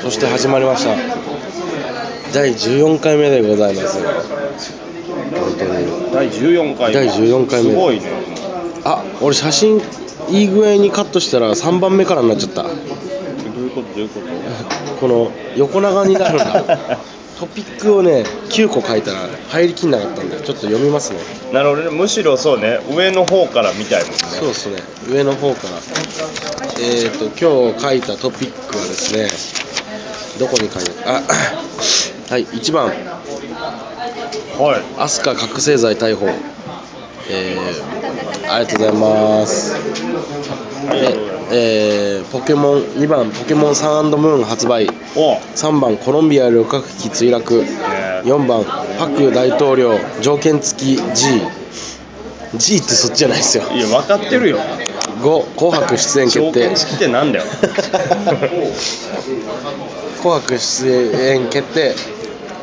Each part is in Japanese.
そして始まりました。第14回目でございます。本当に。第14回目第14回目すごいねあ、俺写真いい具合にカットしたら3番目からになっちゃった。どういうことどういうことこの横長になるん だ。トピックをね、9個書いたら入りきんなかったんで、ちょっと読みますね。なるほどねむしろそうね上の方から見たいもんねそうですね、上の方から。えっ、ー、と、今日書いたトピックはですね、どこに書いたあ、 はい、1番。はい飛鳥覚醒剤逮捕、えー、ありがとうございますありがとうございますえー、ポケモン2番ポケモンサンムーン発売お3番コロンビア旅客機墜落4番パク大統領条件付き GG ってそっちじゃないですよいや分かってるよ5紅白出演決証定券式っ てなんだよ紅白出演決定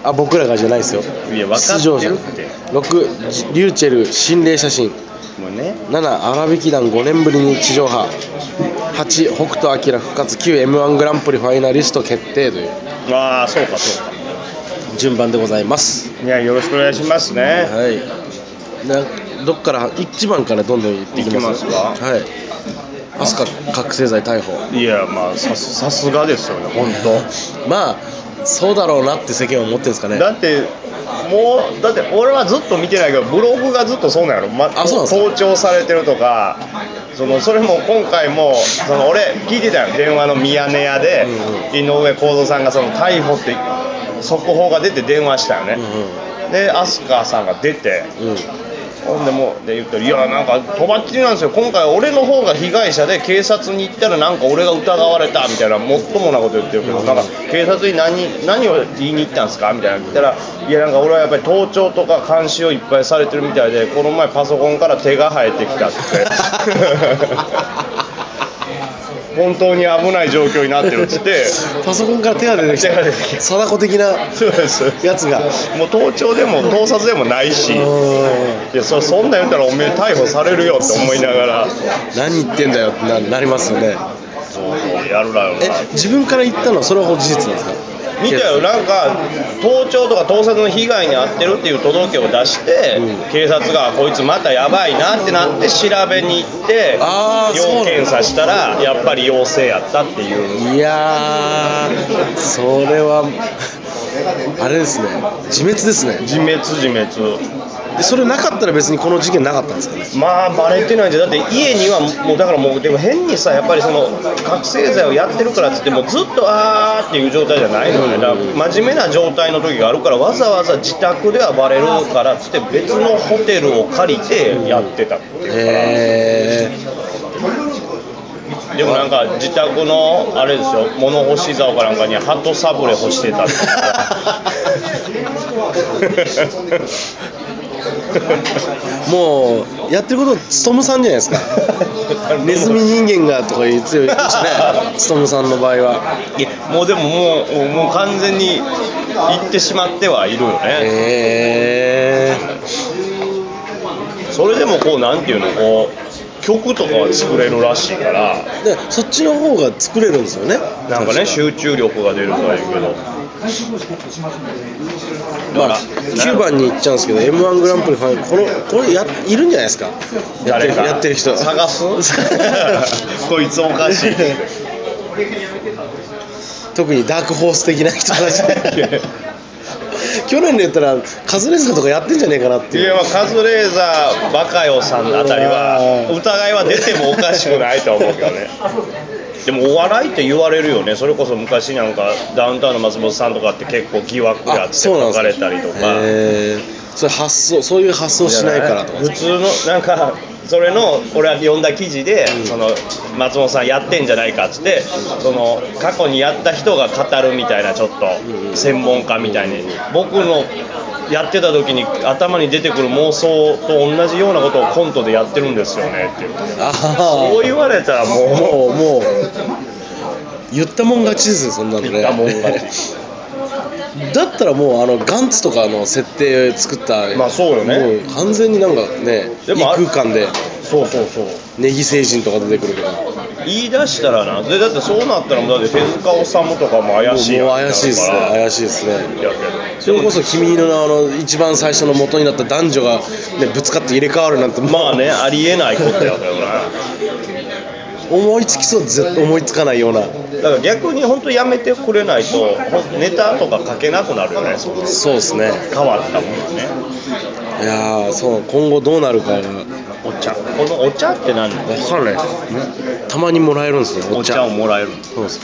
あ僕らがじゃないですよいや分か出場って者るって6ジリューチェル心霊写真もうね7荒引き団5年ぶりに地上波8北斗晶復活 9M1 グランプリファイナリスト決定というああそうかそうか順番でございますいやよろしくお願いしますねはいなどっから1番からどんどんいっていきますいきますはい飛鳥覚醒剤逮捕いやまあさすさすがですよね本当まあそうだろうなって世間は思ってるんですかね当だってもうだって俺はずっと見てないけどブログがずっとそうなんやろ、ま、あそうなんですか盗聴されてるとかそのそれも今回もその俺聞いてたよ電話のミヤネ屋でう井上公造さんがその逮捕って速報が出て電話したようね、んで飛鳥さんが出てうんうんほんでもうで言ったら「いやなんかとばっちりなんですよ今回俺の方が被害者で警察に行ったらなんか俺が疑われた」みたいなもっともなこと言ってるけど「なんか警察に何何を言いに行ったんですか?」みたいなの言ったら「いやなんか俺はやっぱり盗聴とか監視をいっぱいされてるみたいでこの前パソコンから手が生えてきた」って 本当に危ない状況になってるっつって パソコンから手が出てき手が出てきた 貞子的なそうですやつがもう盗聴でも盗撮でもないしうんいやそそんなん言ったらおめえ逮捕されるよって思いながら何言ってんだよってななりますよねそうそうやるなよなえ自分から言ったのはそれは事実なんですか見たよなんか盗聴とか盗撮の被害に遭ってるっていう届けを出して、うん警察がこいつまたやばいなってなって調べに行ってあーそうなん要だ検査したらやっぱり陽性やったっていういやーそれはあれですね自滅ですね自滅自滅でそれなかったら別にこの事件なかったんですかねまあバレてないんじゃだって家にはもうだからもうでも変にさやっぱりその覚醒剤をやってるからっつってもうずっとあーっていう状態じゃないのよねだから真面目な状態の時があるからわざわざ自宅ではバレるからっつって別のホテルを借りてやってたっていうから、え でもなんか自宅のあれですよ物干し竿かなんかに鳩サブレ干してたっていうからー、もうやってることつとむさんじゃないです かネズミ人間がとか言ってるましたねつとむさんの場合 はいやもうでももうもう完全に行ってしまってはいるよね、えー、それでもこうなんていうのこう曲とかは作れるらしいからでそっちの方が作れるんですよねなんかね集中力が出るとは言うけどまあ、9番に行っちゃうんですけど m 1グランプリファイナルこのこれやいるんじゃないですかやって誰るかやってる人 探すこいつおかしい特にダークホース的な人た ち去年で言ったらカズレーザーとかやってんじゃねえかなっていいうやまあカズレーザーバカヨさんあたりはうん疑いは出てもおかしくないとは思うけどねでもお笑いって言われるよねそれこそ昔なんかダウンタウンの松本さんとかって結構疑惑やって書かれたりとかへえそれ発想そういう発想しないからとか普通のなんかそれの俺は読んだ記事で、その松本さんやってんじゃないかっつってその過去にやった人が語るみたいなちょっんうんと専門家みたいに僕のやってた時に頭に出てくる妄想と同じようなことをコントでやってるんですよねっていうあそうあ言われたらももうもう言ったもん勝ちですよそんなのね言ったもん勝だったらもうあのガンツとかの設定作ったまあそうよねもう完全になんかねでもあ異空間でうそうそうそうネギ星人とか出てくるけど言い出したらなでだってそうなったらもうだって手塚治虫とかも怪しいもうやん怪しいですねだから怪しいですねやけそれこそ君の名はあの一番最初の元になった男女が、ね、ぶつかって入れ替わるなんてどまあねありえないことやけどな思いつきそうぜ思いつかないようなだから逆に本当やめてくれないとほんネタとか書けなくなるよねそのそうですね変わったもんねいやーそう今後どうなるかが分お茶このお茶って何かんないたまにもらえるんですねお茶をもらえるそうです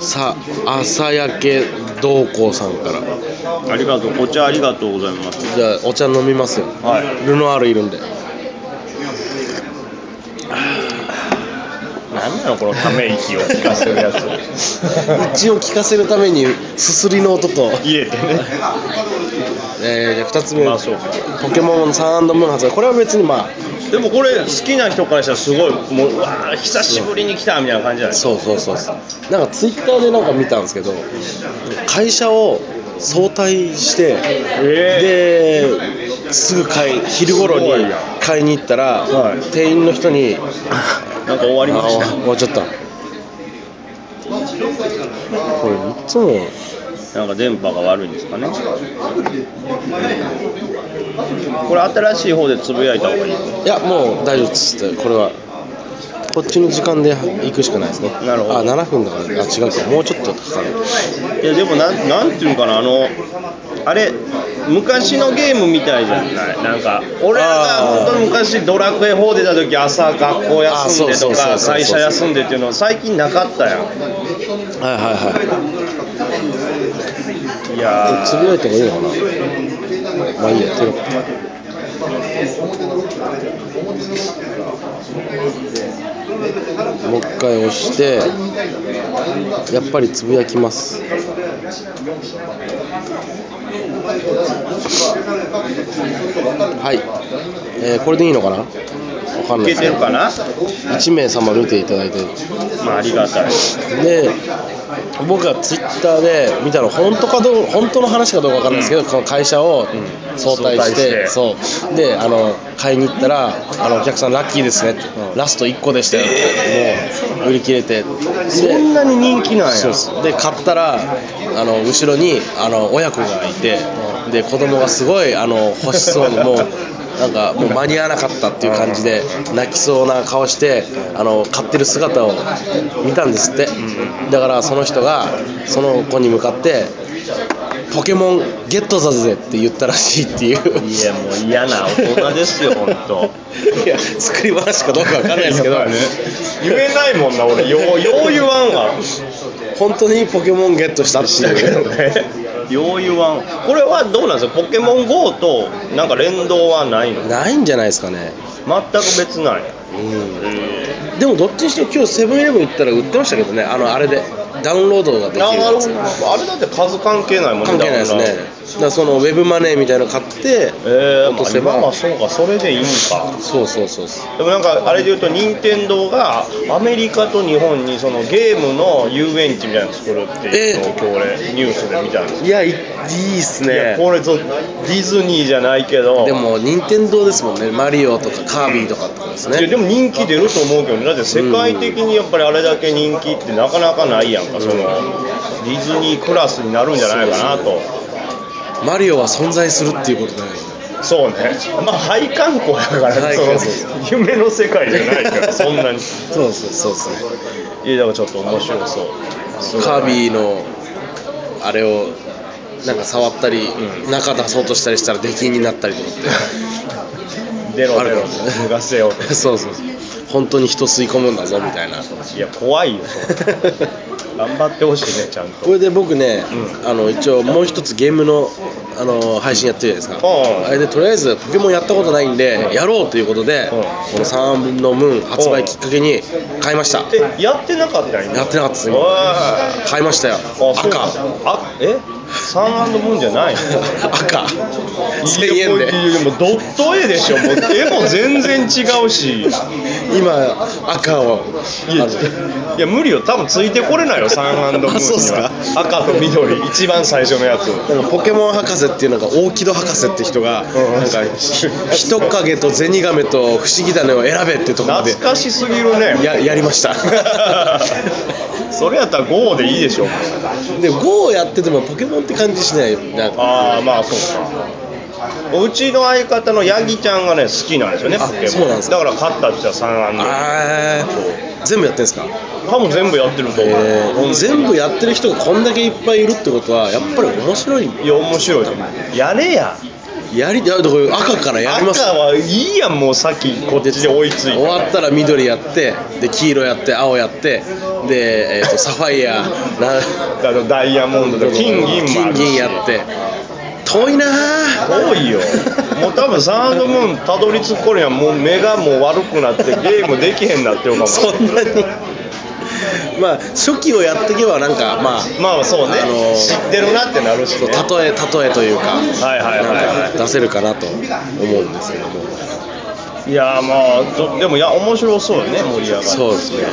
さあ朝焼け同行さんからありがとうお茶ありがとうございますじゃあお茶飲みますよはいルノアールいる んで何なのこのため息を聞かせるやつ一応聞かせるためにすすりの音と、 言えてねえー、じゃあ2つ目、まあそうかポケモンサンムーン発売これは別にまあでもこれ好きな人からしたらすごいもううわー久しぶりに来たみたいな感じじゃないそうそうそうそうなんかツイッターでなんか見たんですけど会社を早退して、ですぐ買い昼頃にすごいやん買いに行ったら、はい店員の人になんか終わりましあ終わっちゃったこれいつもたなんか電波が悪いんですかねこれ新しい方でつぶやいた方がいいいやもう大丈夫ですってこれはこっちの時間で行くしかないですねなるほどあ7分だからあ違うかもうちょっとかかるいやでもなんなんていうかなあのあれ昔のゲームみたいじゃないなんか俺らが本当に昔ドラクエ4出た時朝学校休んでとあかそうそうそうそう会社休んでっていうの最近なかったやんはいはいはいいやつぶやいた方がいいのかなまあいいやテロップもう一回押してやっぱりつぶやきますはい、えーこれでいいのかなわかんーないいでけすてけるどかな1名様見ていただいてまあありがたいで僕がツイッターで見たの本当かどう本当の話かどうかわかんないですけど、この会社を早退して,、早そうであの買いに行ったらあのお客さんラッキーですねって、ラスト1個でしたよって、もう売り切れてそんなに人気なんやそうですで買ったらあの後ろにあの親子がいて、で子供がすごいあの欲しそうにもうなんかもう間に合わなかったっていう感じで泣きそうな顔してあの買ってる姿を見たんですって、だからその人がその子に向かって「ポケモンゲットだぜ」って言ったらしいっていういやもう嫌な大人ですよ本 当いや作り話かどうかわかんないです けど、言えないもんな俺ようよう言わんわ本当にポケモンゲットしたっていうよう言わんこれはどうなんですかポケモン GO となんか連動はないの全ないんじゃないですかねく別なんやうんでもどっちにしても今日セブンイレブン行ったら売ってましたけどねあのあれでダウンロードができるあなるやほつどあれだって数関係ないもん関係ないですねだからそのウェブマネーみたいなの買ってえー、落とまあせば、今はそうかそれでいいんかそうそうそうそうでもなんかあれで言うと任天堂がアメリカと日本にそのゲームの遊園地みたいなの作るっていうのを今日俺ニュースで見たんですいやいいいっすいやねこれぞディズニーじゃないけどでも任天堂ですもんねマリオとかカービィとかってことですいやねでも人気出ると思うけどねだって世界的にやっぱりあれだけ人気ってなかなかないやんかそのディズニークラスになるんじゃないかなとマリオは存在するっていうことだよねそうねまあ廃観光やからはいそそうそうの夢の世界じゃな いからそんなにそうそうそうそういやだからちょっと面白そうカービィのあれをなんか触ったり、中出そうとしたりしたら出禁になったりとか出ろあ出るろかもしれない脱がせようっ ってそうそうそう本当に人吸い込むんだぞみたいなていや怖いよ頑張ってほしいねちゃんとこれで僕ね、あの一応もう一つゲームのあの配信やってるじゃないですか、うんあれでとりあえずポケモンやったことないんで、やろうということで、うんこの「サンのムーン」発売きっかけに買いました、えやってなかったん今やってなかったですおい今あ買いましたよそう赤あえサンムーンじゃないの赤1000いや円これいやでもうドット絵でしょもう絵も全然違うし今赤をいやあるいや無理よ多分ついてこれないよサンムーンにあそうっすかは赤と緑一番最初のやつなんかポケモン博士っていうのが大木戸博士って人が、なんか人影とゼニガメと不思議種を選べってところ懐でかしすぎるねややりました それやったら5でいいでしょで GO をやっててもポケモンって感じしないよなんかああまあそうかうちの相方のヤギちゃんがね好きなんですよねあポケモンそうなんですかだから勝ったって言ったら3安あー全部やってんすか、打多分全部やってると思う、えー全部やってる人がこんだけいっぱいいるってことはやっぱり面白いいや面白いと思うやれややりいやだから赤からやります赤はいいやんもうさっきこっちで追いつい終てわったら緑やってで黄色やって青やってで、えーとサファイアなあのダイヤモンドとか金銀もあ金るし銀やって遠いなー多いよもう多分サードムーンたどり着く頃にはもう目がもう悪 くなってゲームできへんなってるかも そんなにまあ初期をやっていけばなんかまあまあそうね、あのー知ってるなってなるし、ね、例え例えというかはいはいはいはいなんか出せるかなと思うんですけどもいやーまあちょでもいや面白そうよね盛り上がりそうですね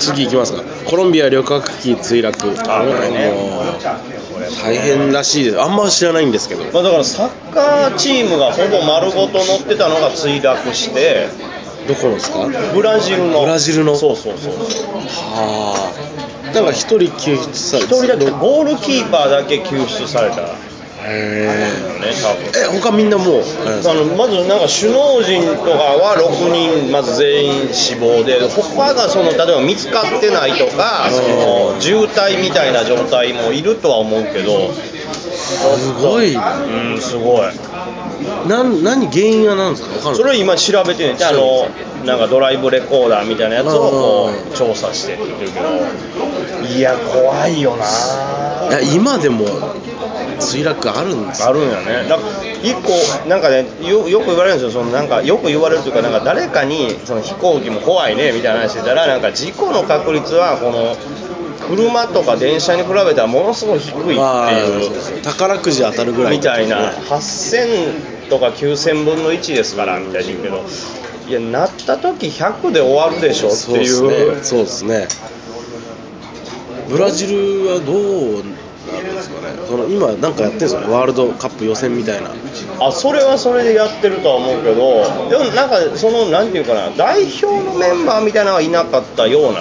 次行きますかコロンビア旅客機墜落あこれねもう大変らしいですあんま知らないんですけどまあ、だからサッカーチームがほぼ丸ごと乗ってたのが墜落してどこのですかブラジルのブラジルのそうそうそうはあだから一人救出され一て人だけゴールキーパーだけ救出されたよねへー多分え他みんなもうあれですかあのまずなんか首脳陣とかは6人まず全員死亡で他がその例えば見つかってないとかその渋滞みたいな状態もいるとは思うけどすごいなうんすごいなん何原因は何ですか分かんないそれを今調べてねあのなんかドライブレコーダーみたいなやつをこうう調査してって言ってるけどいや怖いよないや今でも墜落あるんですあるんやねなんか一個なんかねよよく言われるんですよそのなんかよく言われるというかなんか誰かにその飛行機も怖いねみたいな話してたらなんか事故の確率はこの車とか電車に比べたらものすごい低いってあいうー宝くじ当たるぐらいみたいな8000とか9000分の1ですからみたいに言うけどいやなった時100で終わるでしょってそうでいすうねそうですねブラジルはどうなんですかねその今なんかやってるんですよねワールドカップ予選みたいなあそれはそれでやってるとは思うけどでもなんかそのなんていうかな代表のメンバーみたいなのはいなかったような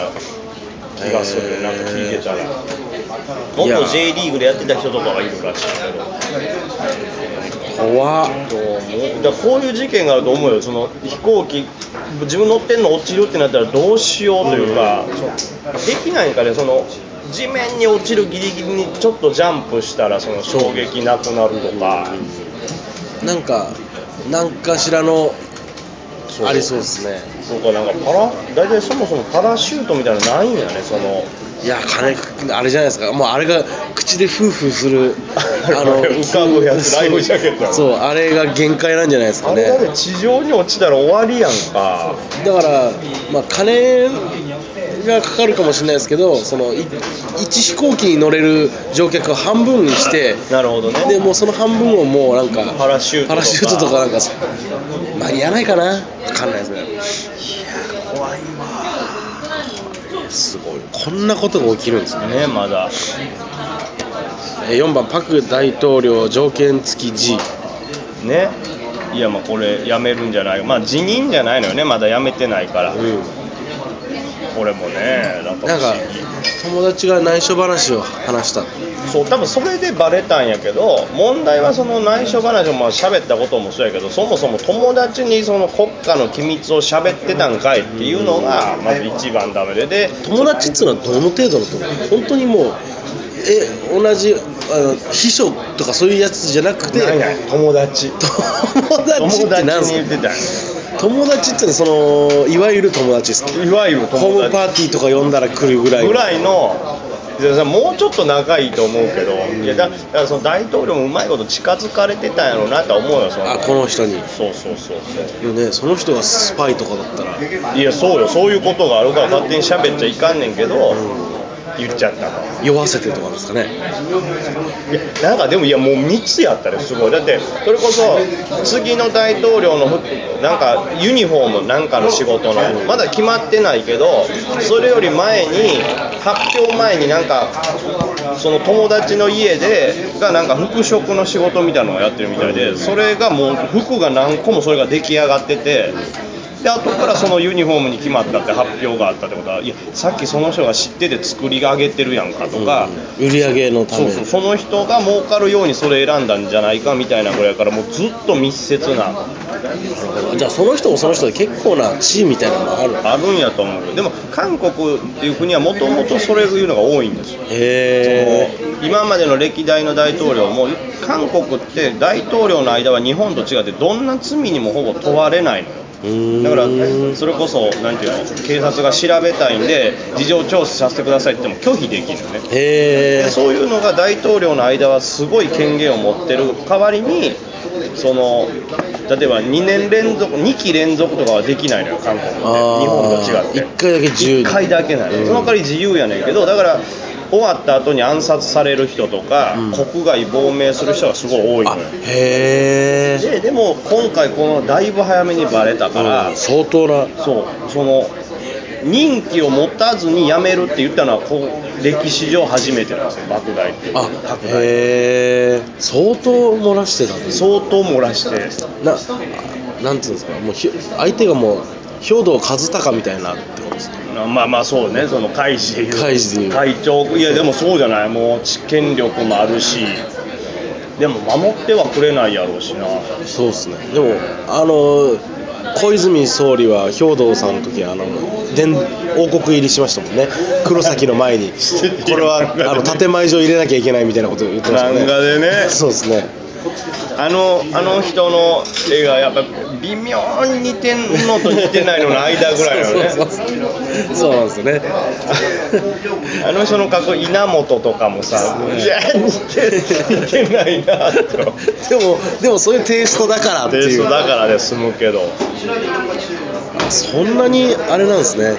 気がする、へーなんか聞いてたらいや元 J リーグでやってた人とかはいるらしいけど怖っどうもだからこういう事件があると思うよその飛行機自分乗ってんの落ちるってなったらどうしようというか、そうできないんかねその地面に落ちるギリギリにちょっとジャンプしたらその衝撃なくなるとか、なんかなんかしらのうありそうですねそうかなんかパラ大体そもそもパラシュートみたいなのないんやねそのいや金あれじゃないですかもうあれが口でフーフーす るあの浮かぶやつライフジャケットやろそうあれが限界なんじゃないですかあねれだって地上に落ちたら終わりやんかだから、まあ、金がかかるかもしれないですけどその1飛行機に乗れる乗客を半分にしてなるほどねでもうその半分をもうなんかパラシュートパとかラシュートとかなんかそ間に合わないかなわかんないですね怖いわすごいこんなことが起きるんですねねまだえー4番パク大統領条件付き G ねいやまあこれ辞めるんじゃないまあ辞任じゃないのよねまだ辞めてないから、うんこれもねなんかなん不か思議友達が内緒話を話したそう多分それでバレたんやけど問題はその内緒話もまあ喋ったこともそうやけどそもそも友達にその国家の機密を喋ってたんかいっていうのがまず一番ダメでで友達っつうのはどの程度の友達本当にもうえ同じあの秘書とかそういうやつじゃなくてないない友達友友達って達なんにす言っかてたんや友達ってのはそのいわゆる友達ですかいわゆるホ友ーム達パーティーとか呼んだら来るぐらいぐらいのいやもうちょっと仲いいと思うけどいやだだからその大統領もうまいこと近づかれてたんやろうなとは思うよそのあこの人にそうそうそうそでもねその人がスパイとかだったらういやそうよそういうことがあるから勝手に喋っちゃいかんねんけど、言っちゃったの酔わせてとかですかねいやなんかでもいやもう密やったですごいだってそれこそ次の大統領のふなんかユニフォームなんかの仕事のまだ決まってないけどそれより前に発表前になんかその友達の家でがなんか服飾の仕事みたいなのをやってるみたいでそれがもう服が何個もそれが出来上がってて。で後からそのユニフォームに決まったって発表があったってことはいやさっきその人が知ってて作り上げてるやんかとか、売り上げのたそめうそうその人が儲かるようにそれ選んだんじゃないかみたいなぐらいやからもうずっと密接なじゃあその人もその人で結構な地位みたいなのがあるあるんやと思うけどでも韓国っていう国はもともとそれいうのが多いんですよへえ今までの歴代の大統領も韓国って大統領の間は日本と違ってどんな罪にもほぼ問われないのよだからそれこそなんていうの警察が調べたいんで事情聴取させてくださいって言っても拒否できるよねへでえそういうのが大統領の間はすごい権限を持ってる代わりにその例えば2年連続2期連続とかはできないのよ韓国って日本と違っ1て回だけ自由1回だけなのよ、うんその代わり自由やねんけどだから終わった後に暗殺される人とか、うん国外亡命する人がすごい多いあのよへえででも今回このだいぶ早めにバレたから、相当なそうその任期を持たずに辞めるって言ったのはこう歴史上初めてなんですよ爆買いっていうあ爆買いへえ相当漏らしてたんです相当漏らしてななんていうんですかもうひ相手がもう兵道和孝みたいなってことですかなまあまあそうねその開示で言う開示で言う会長いやでもそうじゃないもう知見力もあるしでも守ってはくれないやろうしなそうですねでもあの小泉総理は兵道さんの時あの伝王国入りしましたもんね黒崎の 前にこれはあの建前上入れなきゃいけないみたいなこと言ってました漫画ねでねそうですねあのあの人の絵がやっぱ微妙に似てんのと似てないのの間ぐらいのねそうそうそうそうなんですよね あの人の格好稲本とかもさいや似て似てないな とでもでもそういうテイストだからってテイいスうトだからで済むけどそんなにあれなんですね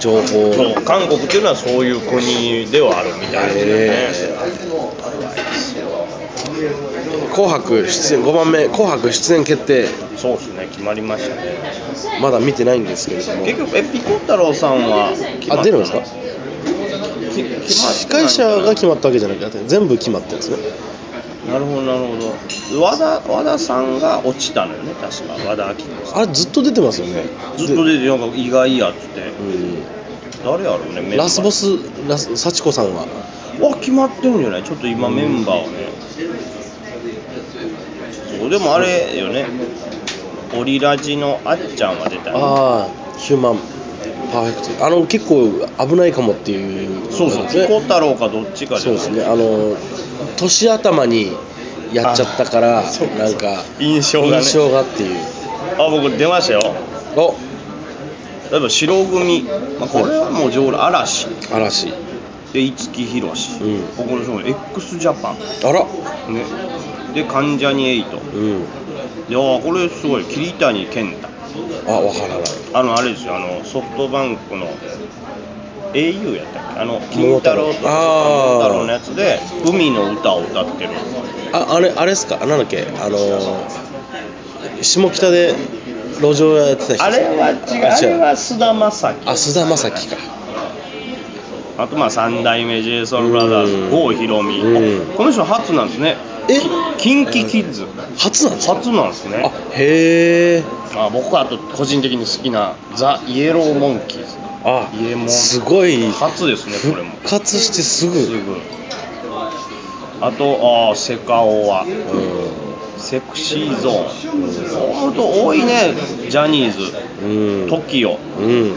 情報そう韓国っていうのはそういう国ではあるみたいですね、えー紅白出演5番目紅白出演決定そうですね決まりましたねまだ見てないんですけれども結局えピコ太郎さんは決まあっ出るんですかき決まって司会者が決まったわけじゃなくて全部決まってるんですねなるほどなるほど和田和田さんが落ちたのよね確か和田アキ子さあれずっと出てますよねんずっと出てなんか意外やっつってうん誰やろうねメンバーラスボスラス幸子さんはわ決まってるんじゃないちょっと今メンバーをねそうでもあれよねオリラジのあっちゃんは出たよねああヒューマンパーフェクトあの結構危ないかもっていうそうそうピねコ太郎かどっちかじそゃうなでいすねあの年頭にやっちゃったからなんか印象がね印象がっていうあ僕出ましたよお例えば白組、まあ、これはもう常連嵐嵐で五木ひろしうん僕の商品 x ジャパンあらねで関ジャニエイトうんでああこれすごい桐谷健太あわからないあのあれですよあのソフトバンクの au やったっけあの金太郎桃と太郎あー桃太郎のやつで海の歌を歌ってるああれあれですかなんだっけあのー下北で路上やってた人あれは違うあれは菅田将暉あ菅田将暉かあとまあ三代目 j s o u l b r o t h e r うん s 郷ひろみうんこの人初なんですねえキンキキッズ初なんですか初なんですねあへえあ僕はあと個人的に好きなザ・イエローモンキーズあイエモンすごい初ですねこれも復活してすぐ、うすん、ぐあとあーセカオワセクシーゾーン本当多いねジャニーズうん TOKIO うん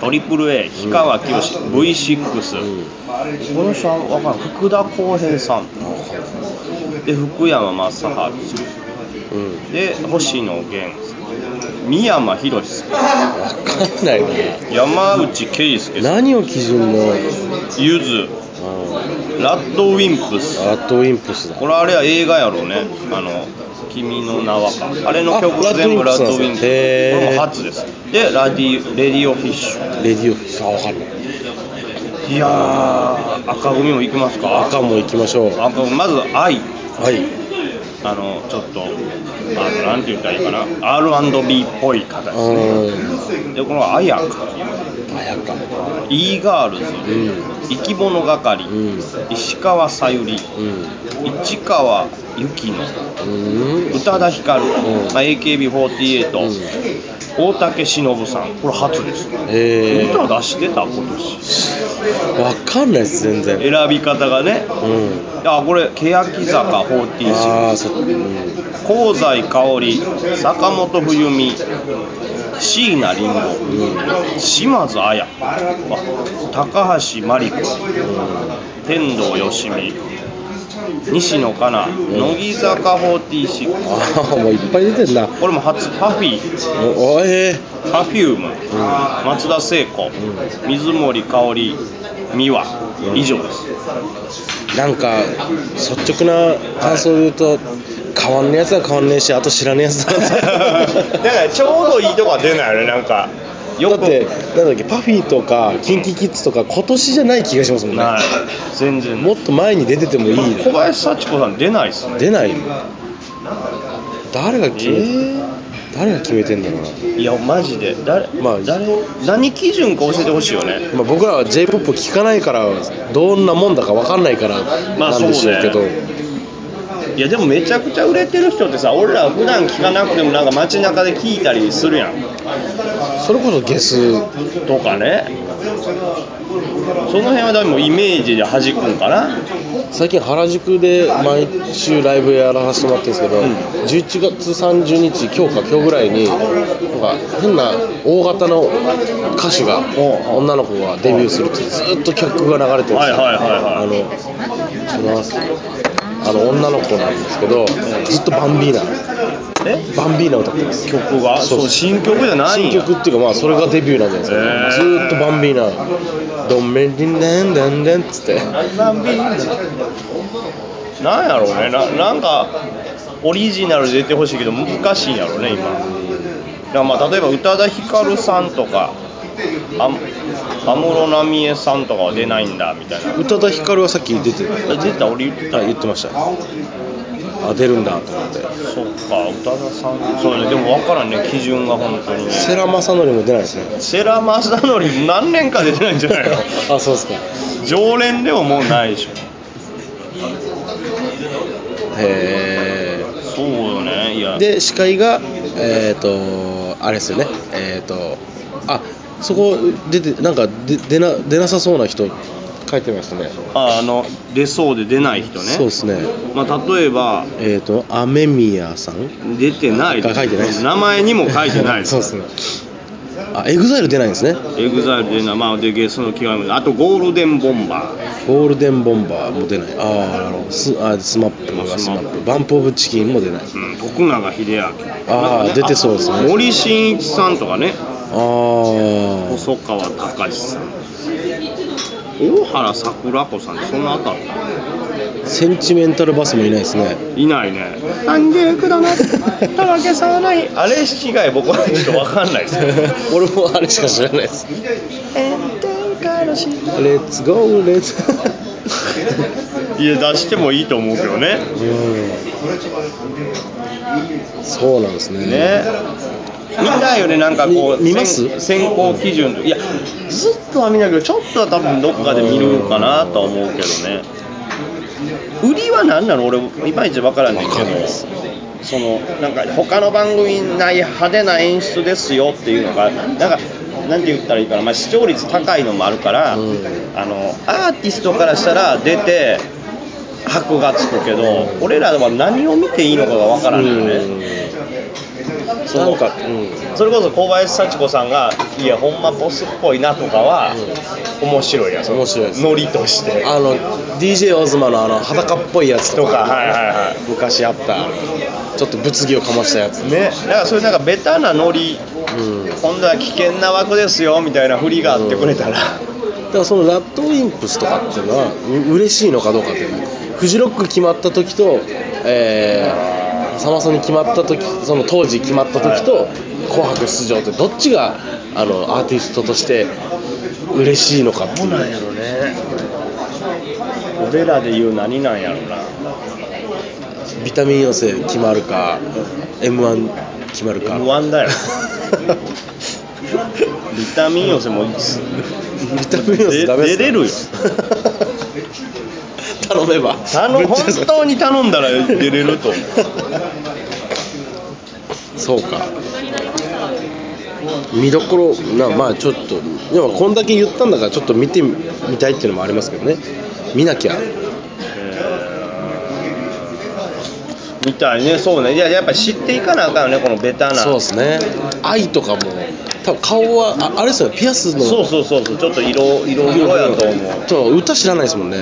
トリプル A 氷川きよし V6 この人は分からん福田浩平さんで福山雅治さんうんで星野源三山ひろしさん分かんないな山内圭介さん何を基準のゆずラッドウィンプスアットウィンプスだこれあれは映画やろうねあの「君の名は」かあれの曲あ全部ララッッドドウウィィンンププススこなんですねれも初ですでラディレディオフィッシュレディオフィスあ分かんないいやー赤組も行きますか赤も行きましょうは赤組まず愛いあのちょっとまあなんて言ったらいいかな R&B っぽい方ですねうでこの「あやか」ん綾香「e ガールズうん」 「生き物係」うん石川さゆり」うん市川由紀乃うん宇多田ヒカル、んまあ AKB48、大竹しのぶさんこれ初ですねえー、歌出してた今年わかんないです全然選び方がねうんあこれ欅坂46ああそうん香西かおり坂本冬美椎名林檎島津綾あ高橋真理子天童よしみ西野カナ乃木坂46ああもういっぱい出てんなこれも初パフィーおおえパフューム、松田聖子、水森かおり、美和、以上 です。ー、なんか率直な感想で言うと、変わんねえやつは変わんねえしあと知らねえやつだなってだからちょうどいいとこは出ないよね、なんか、よだっくてなんだっけパフィーとかキンキキッズとか今年じゃない気がしますもんねない、全然ないもっと前に出ててもいい小林幸子さん、出ないっすね。出ない誰が決め、誰が決めてんだろうな、いや、マジで、誰、まあ誰何基準か教えてほしいよね。まあ、僕らは j p o p 聞かないからどんなもんだか分かんないからまあなんでしょうけど、そういや、でもめちゃくちゃ売れてる人ってさ、俺ら普段聞かなくても、なんか街中で聞いたりするやん。それこそゲスとかね。その辺はでもイメージで弾くんかな。最近原宿で毎週ライブやらせてもらってるんですけど、11月30日今日か今日ぐらいになんか変な大型の歌手が女の子がデビューするってずっと曲が流れてるんですよ、はいはいはいはいあのちょっと流すあの女の子なんですけどずっとバンビーナえバンビーナ歌ってます曲がそうそう新曲じゃないん新や曲っていうかまあそれがデビューなんじゃないですか、へーずーっとバンビーナドンメンディンデンデンデンっつってなんやろうねななんかオリジナルで出てほしいけど難しいんやろうね今だからまあ例えば宇多田ヒカルさんとかあ安室奈美恵さんとかは出ないんだみたいな宇多田ヒカルはさっき出てた出た俺言ってたあ言ってましたあ出るんだと思ってそうか宇多田さんそうねでも分からんね基準が本当にね世良正則も出ないですね世良正則何年か出てないんじゃないの あそうですかへ常連でももうないでしょえそうよねいやで司会がえっ、とあれですよねえっ、とあそこ出てなんかで出な出なさそうな人書いてましたねああの出そうで出ない人ねそうですねまあ、例えばえっ、と雨宮さん出てないが書いてないです名前にも書いてないそうですねあエグザイル出ないんですねエグザイルで名前をでゲスの極みあとゴールデンボンバーゴールデンボンバーも出ないああなるほどスあスマップがスマップバンプオブチキンも出ないうん、徳永英明ああ出てそうですね森進一さんとかねああ細川隆さん大原桜子さんってそんなあったのセンチメンタルバスもいないですねいないね三十九度なたわけさわないあれ以外僕はちょっと分かんな いですね俺もあれしか知らないですレッツゴーレッツいや出してもいいと思うけどねうんそうなんですねね見たいよねなんかこうみ見ます選選考基準いやずっとは見ないけどちょっとは多分どっかで見るかなとは思うけどね売りは何なの俺いまいち分からんねんけわかんないどですそのなんか他の番組にない派手な演出ですよっていうのがなんかなんて言ったらいいかな、まあ、視聴率高いのもあるから、うんあのアーティストからしたら出て箔がつくけど俺らは何を見ていいのかが分からんのよね、うんそなのんか、うん、それこそ小林幸子さんが「いやほんまボスっぽいな」とかは、面白いやつ面白いですノリとしてあの DJ オズマのあの裸っぽいやつととかかはいはいは昔あったちょっと物議をかましたやついねだからそういうなんかベタなノリうん今度は危険な枠ですよみたいな振りがあってくれたら、だからそのラッドウィンプスとかっていうのはう嬉しいのかどうかっていうのフジロック決まった時と、えーサマソニ決まった時その当時決まった時と「紅白」出場ってどっちがあのアーティストとして嬉しいのかっていうなんやろね俺らで言う何なんやろうなビタミン養成決まるか m 1決まるか m 1だよビタミン寄せも ビタミン養成ダメですか出れるよ 頼めば頼本当に頼んだら出れると思うそうか見どころなまあちょっとでもこんだけ言ったんだからちょっと見てみたいっていうのもありますけどね見なきゃみたいねそうねいややっぱ知っていかなあかんよねこのベタなそうですね愛とかも多分顔はああれですよねピアスのそうそうそうそうちょっと色色色やと思うと歌知らないですもんね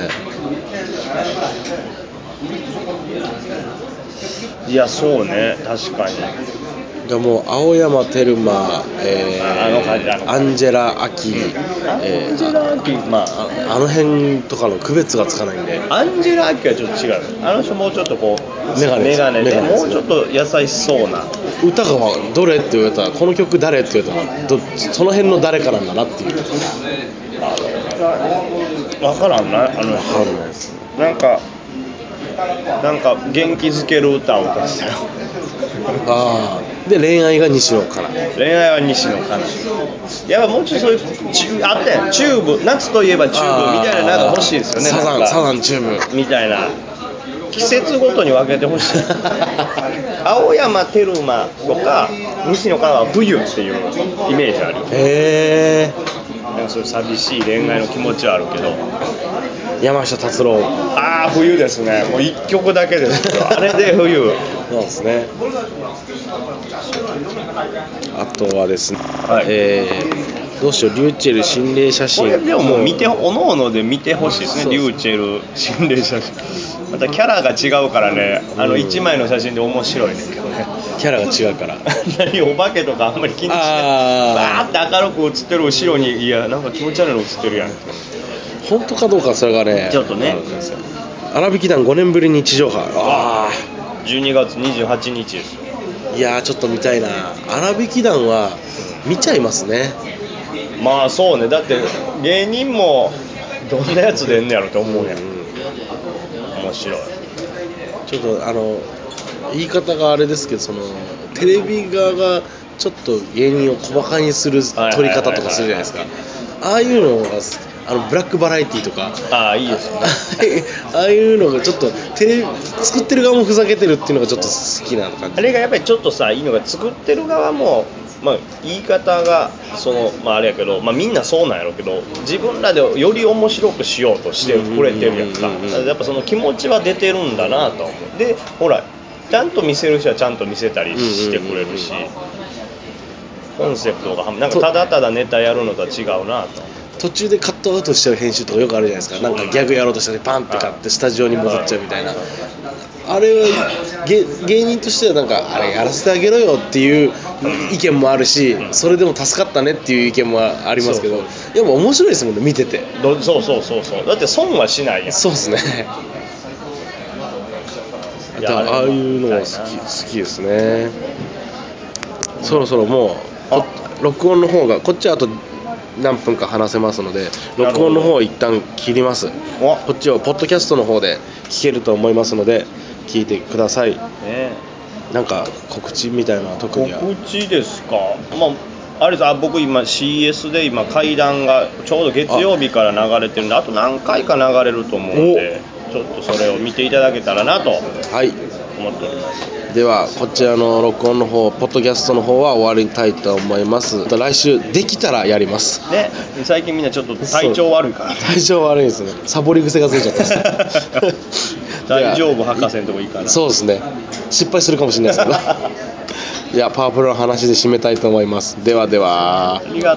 いやそうね確かにでもう青山テルマ、えーああの感じあのアンジェラ・アキ、えアンジェー、ラ・アキまあああの辺とかの区別がつかないんでアンジェラ・アキはちょっと違うあの人もうちょっとこうメガネメガネでメガネもうちょっと優しそうな歌がどれって言われたらこの曲誰って言われたらどその辺の誰かなんだなっていう分からんなあの人わかんないですなんかなんか元気づける歌を歌ってたよああで恋愛が西野から恋愛は西野かなやっぱもうちょいそういうチュあったやんチューブ夏といえばチューブみたいななんか欲しいですよねサザなんンかサザンチューブみたいな季節ごとに分けてほしい 青山テルマとか西野からは冬っていうイメージあるよへえなんかそういう寂しい恋愛の気持ちはあるけど山下達郎ああ冬ですねもう1曲だけですけど あれで冬そうですねあとはですね、はいえーどうしようリューチェル心霊写こ真れでももう見ておのおので見てほしいですねリューチェル心霊写真またキャラが違うからねあの1枚の写真で面白いねんけど ねキャラが違うから何お化けとかあんまり気にしないあバーって明るく写ってる後ろにいやなんか気持ち悪いの写ってるやん本当かどうかそれがねちょっとね荒引き団5年ぶりに地上波あ12月28日ですよあいやーちょっと見たいな荒引き団は見ちゃいますねまあそうねだって芸人もどんなやつ出んねやろって思うやん面白いちょっとあの言い方があれですけどそのテレビ側がちょっと芸人を小馬鹿にするはいはい撮り方とかするじゃないですかああいうのがあのブラックバラエティーとかああいいですね ああいうのがちょっとテレビ作ってる側もふざけてるっていうのがちょっと好きな感じあれがやっぱりちょっとさいいのが作ってる側も、まあ、言い方がその、まあ、あれやけど、まあ、みんなそうなんやろうけど自分らでより面白くしようとしてくれてるやんかうんうんうんうんだからやっぱその気持ちは出てるんだなとは思うでほらちゃんと見せる人はちゃんと見せたりしてくれるし、うんうんうんコンセプトがなんかただただネタやるのとは違うなと途中でカットアウトしちゃう編集とかよくあるじゃないですかなんかギャグやろうとしたらパンって買ってスタジオに戻っちゃうみたいなあれは芸芸人としてはなんかあれやらせてあげろよっていう意見もあるしそれでも助かったねっていう意見もありますけどやっぱ面白いですもんね見ててどそうそうそうそうだって損はしないやんそうですねあいやとああいうのも好きあれも好きですねそろそろもうこ録音の方がこっちはあと何分か話せますのでなるほど録音の方を一旦切りますおこっちをポッドキャストの方で聞けると思いますので聞いてくださいねなんか告知みたいなのは特には告知ですか、まあ、あれですあ僕今 CS で今階段がちょうど月曜日から流れてるんであと何回か流れると思うんでちょっとそれを見ていただけたらなとはい思っておりますではこちらの録音の方ポッドキャストの方は終わりたいと思いますまた来週できたらやりますね最近みんなちょっと体調悪いから体調悪いですねサボり癖がついちゃったです大丈夫博士のとこいいかなそうですね失敗するかもしれないですけどいやパワープロの話で締めたいと思いますではではありが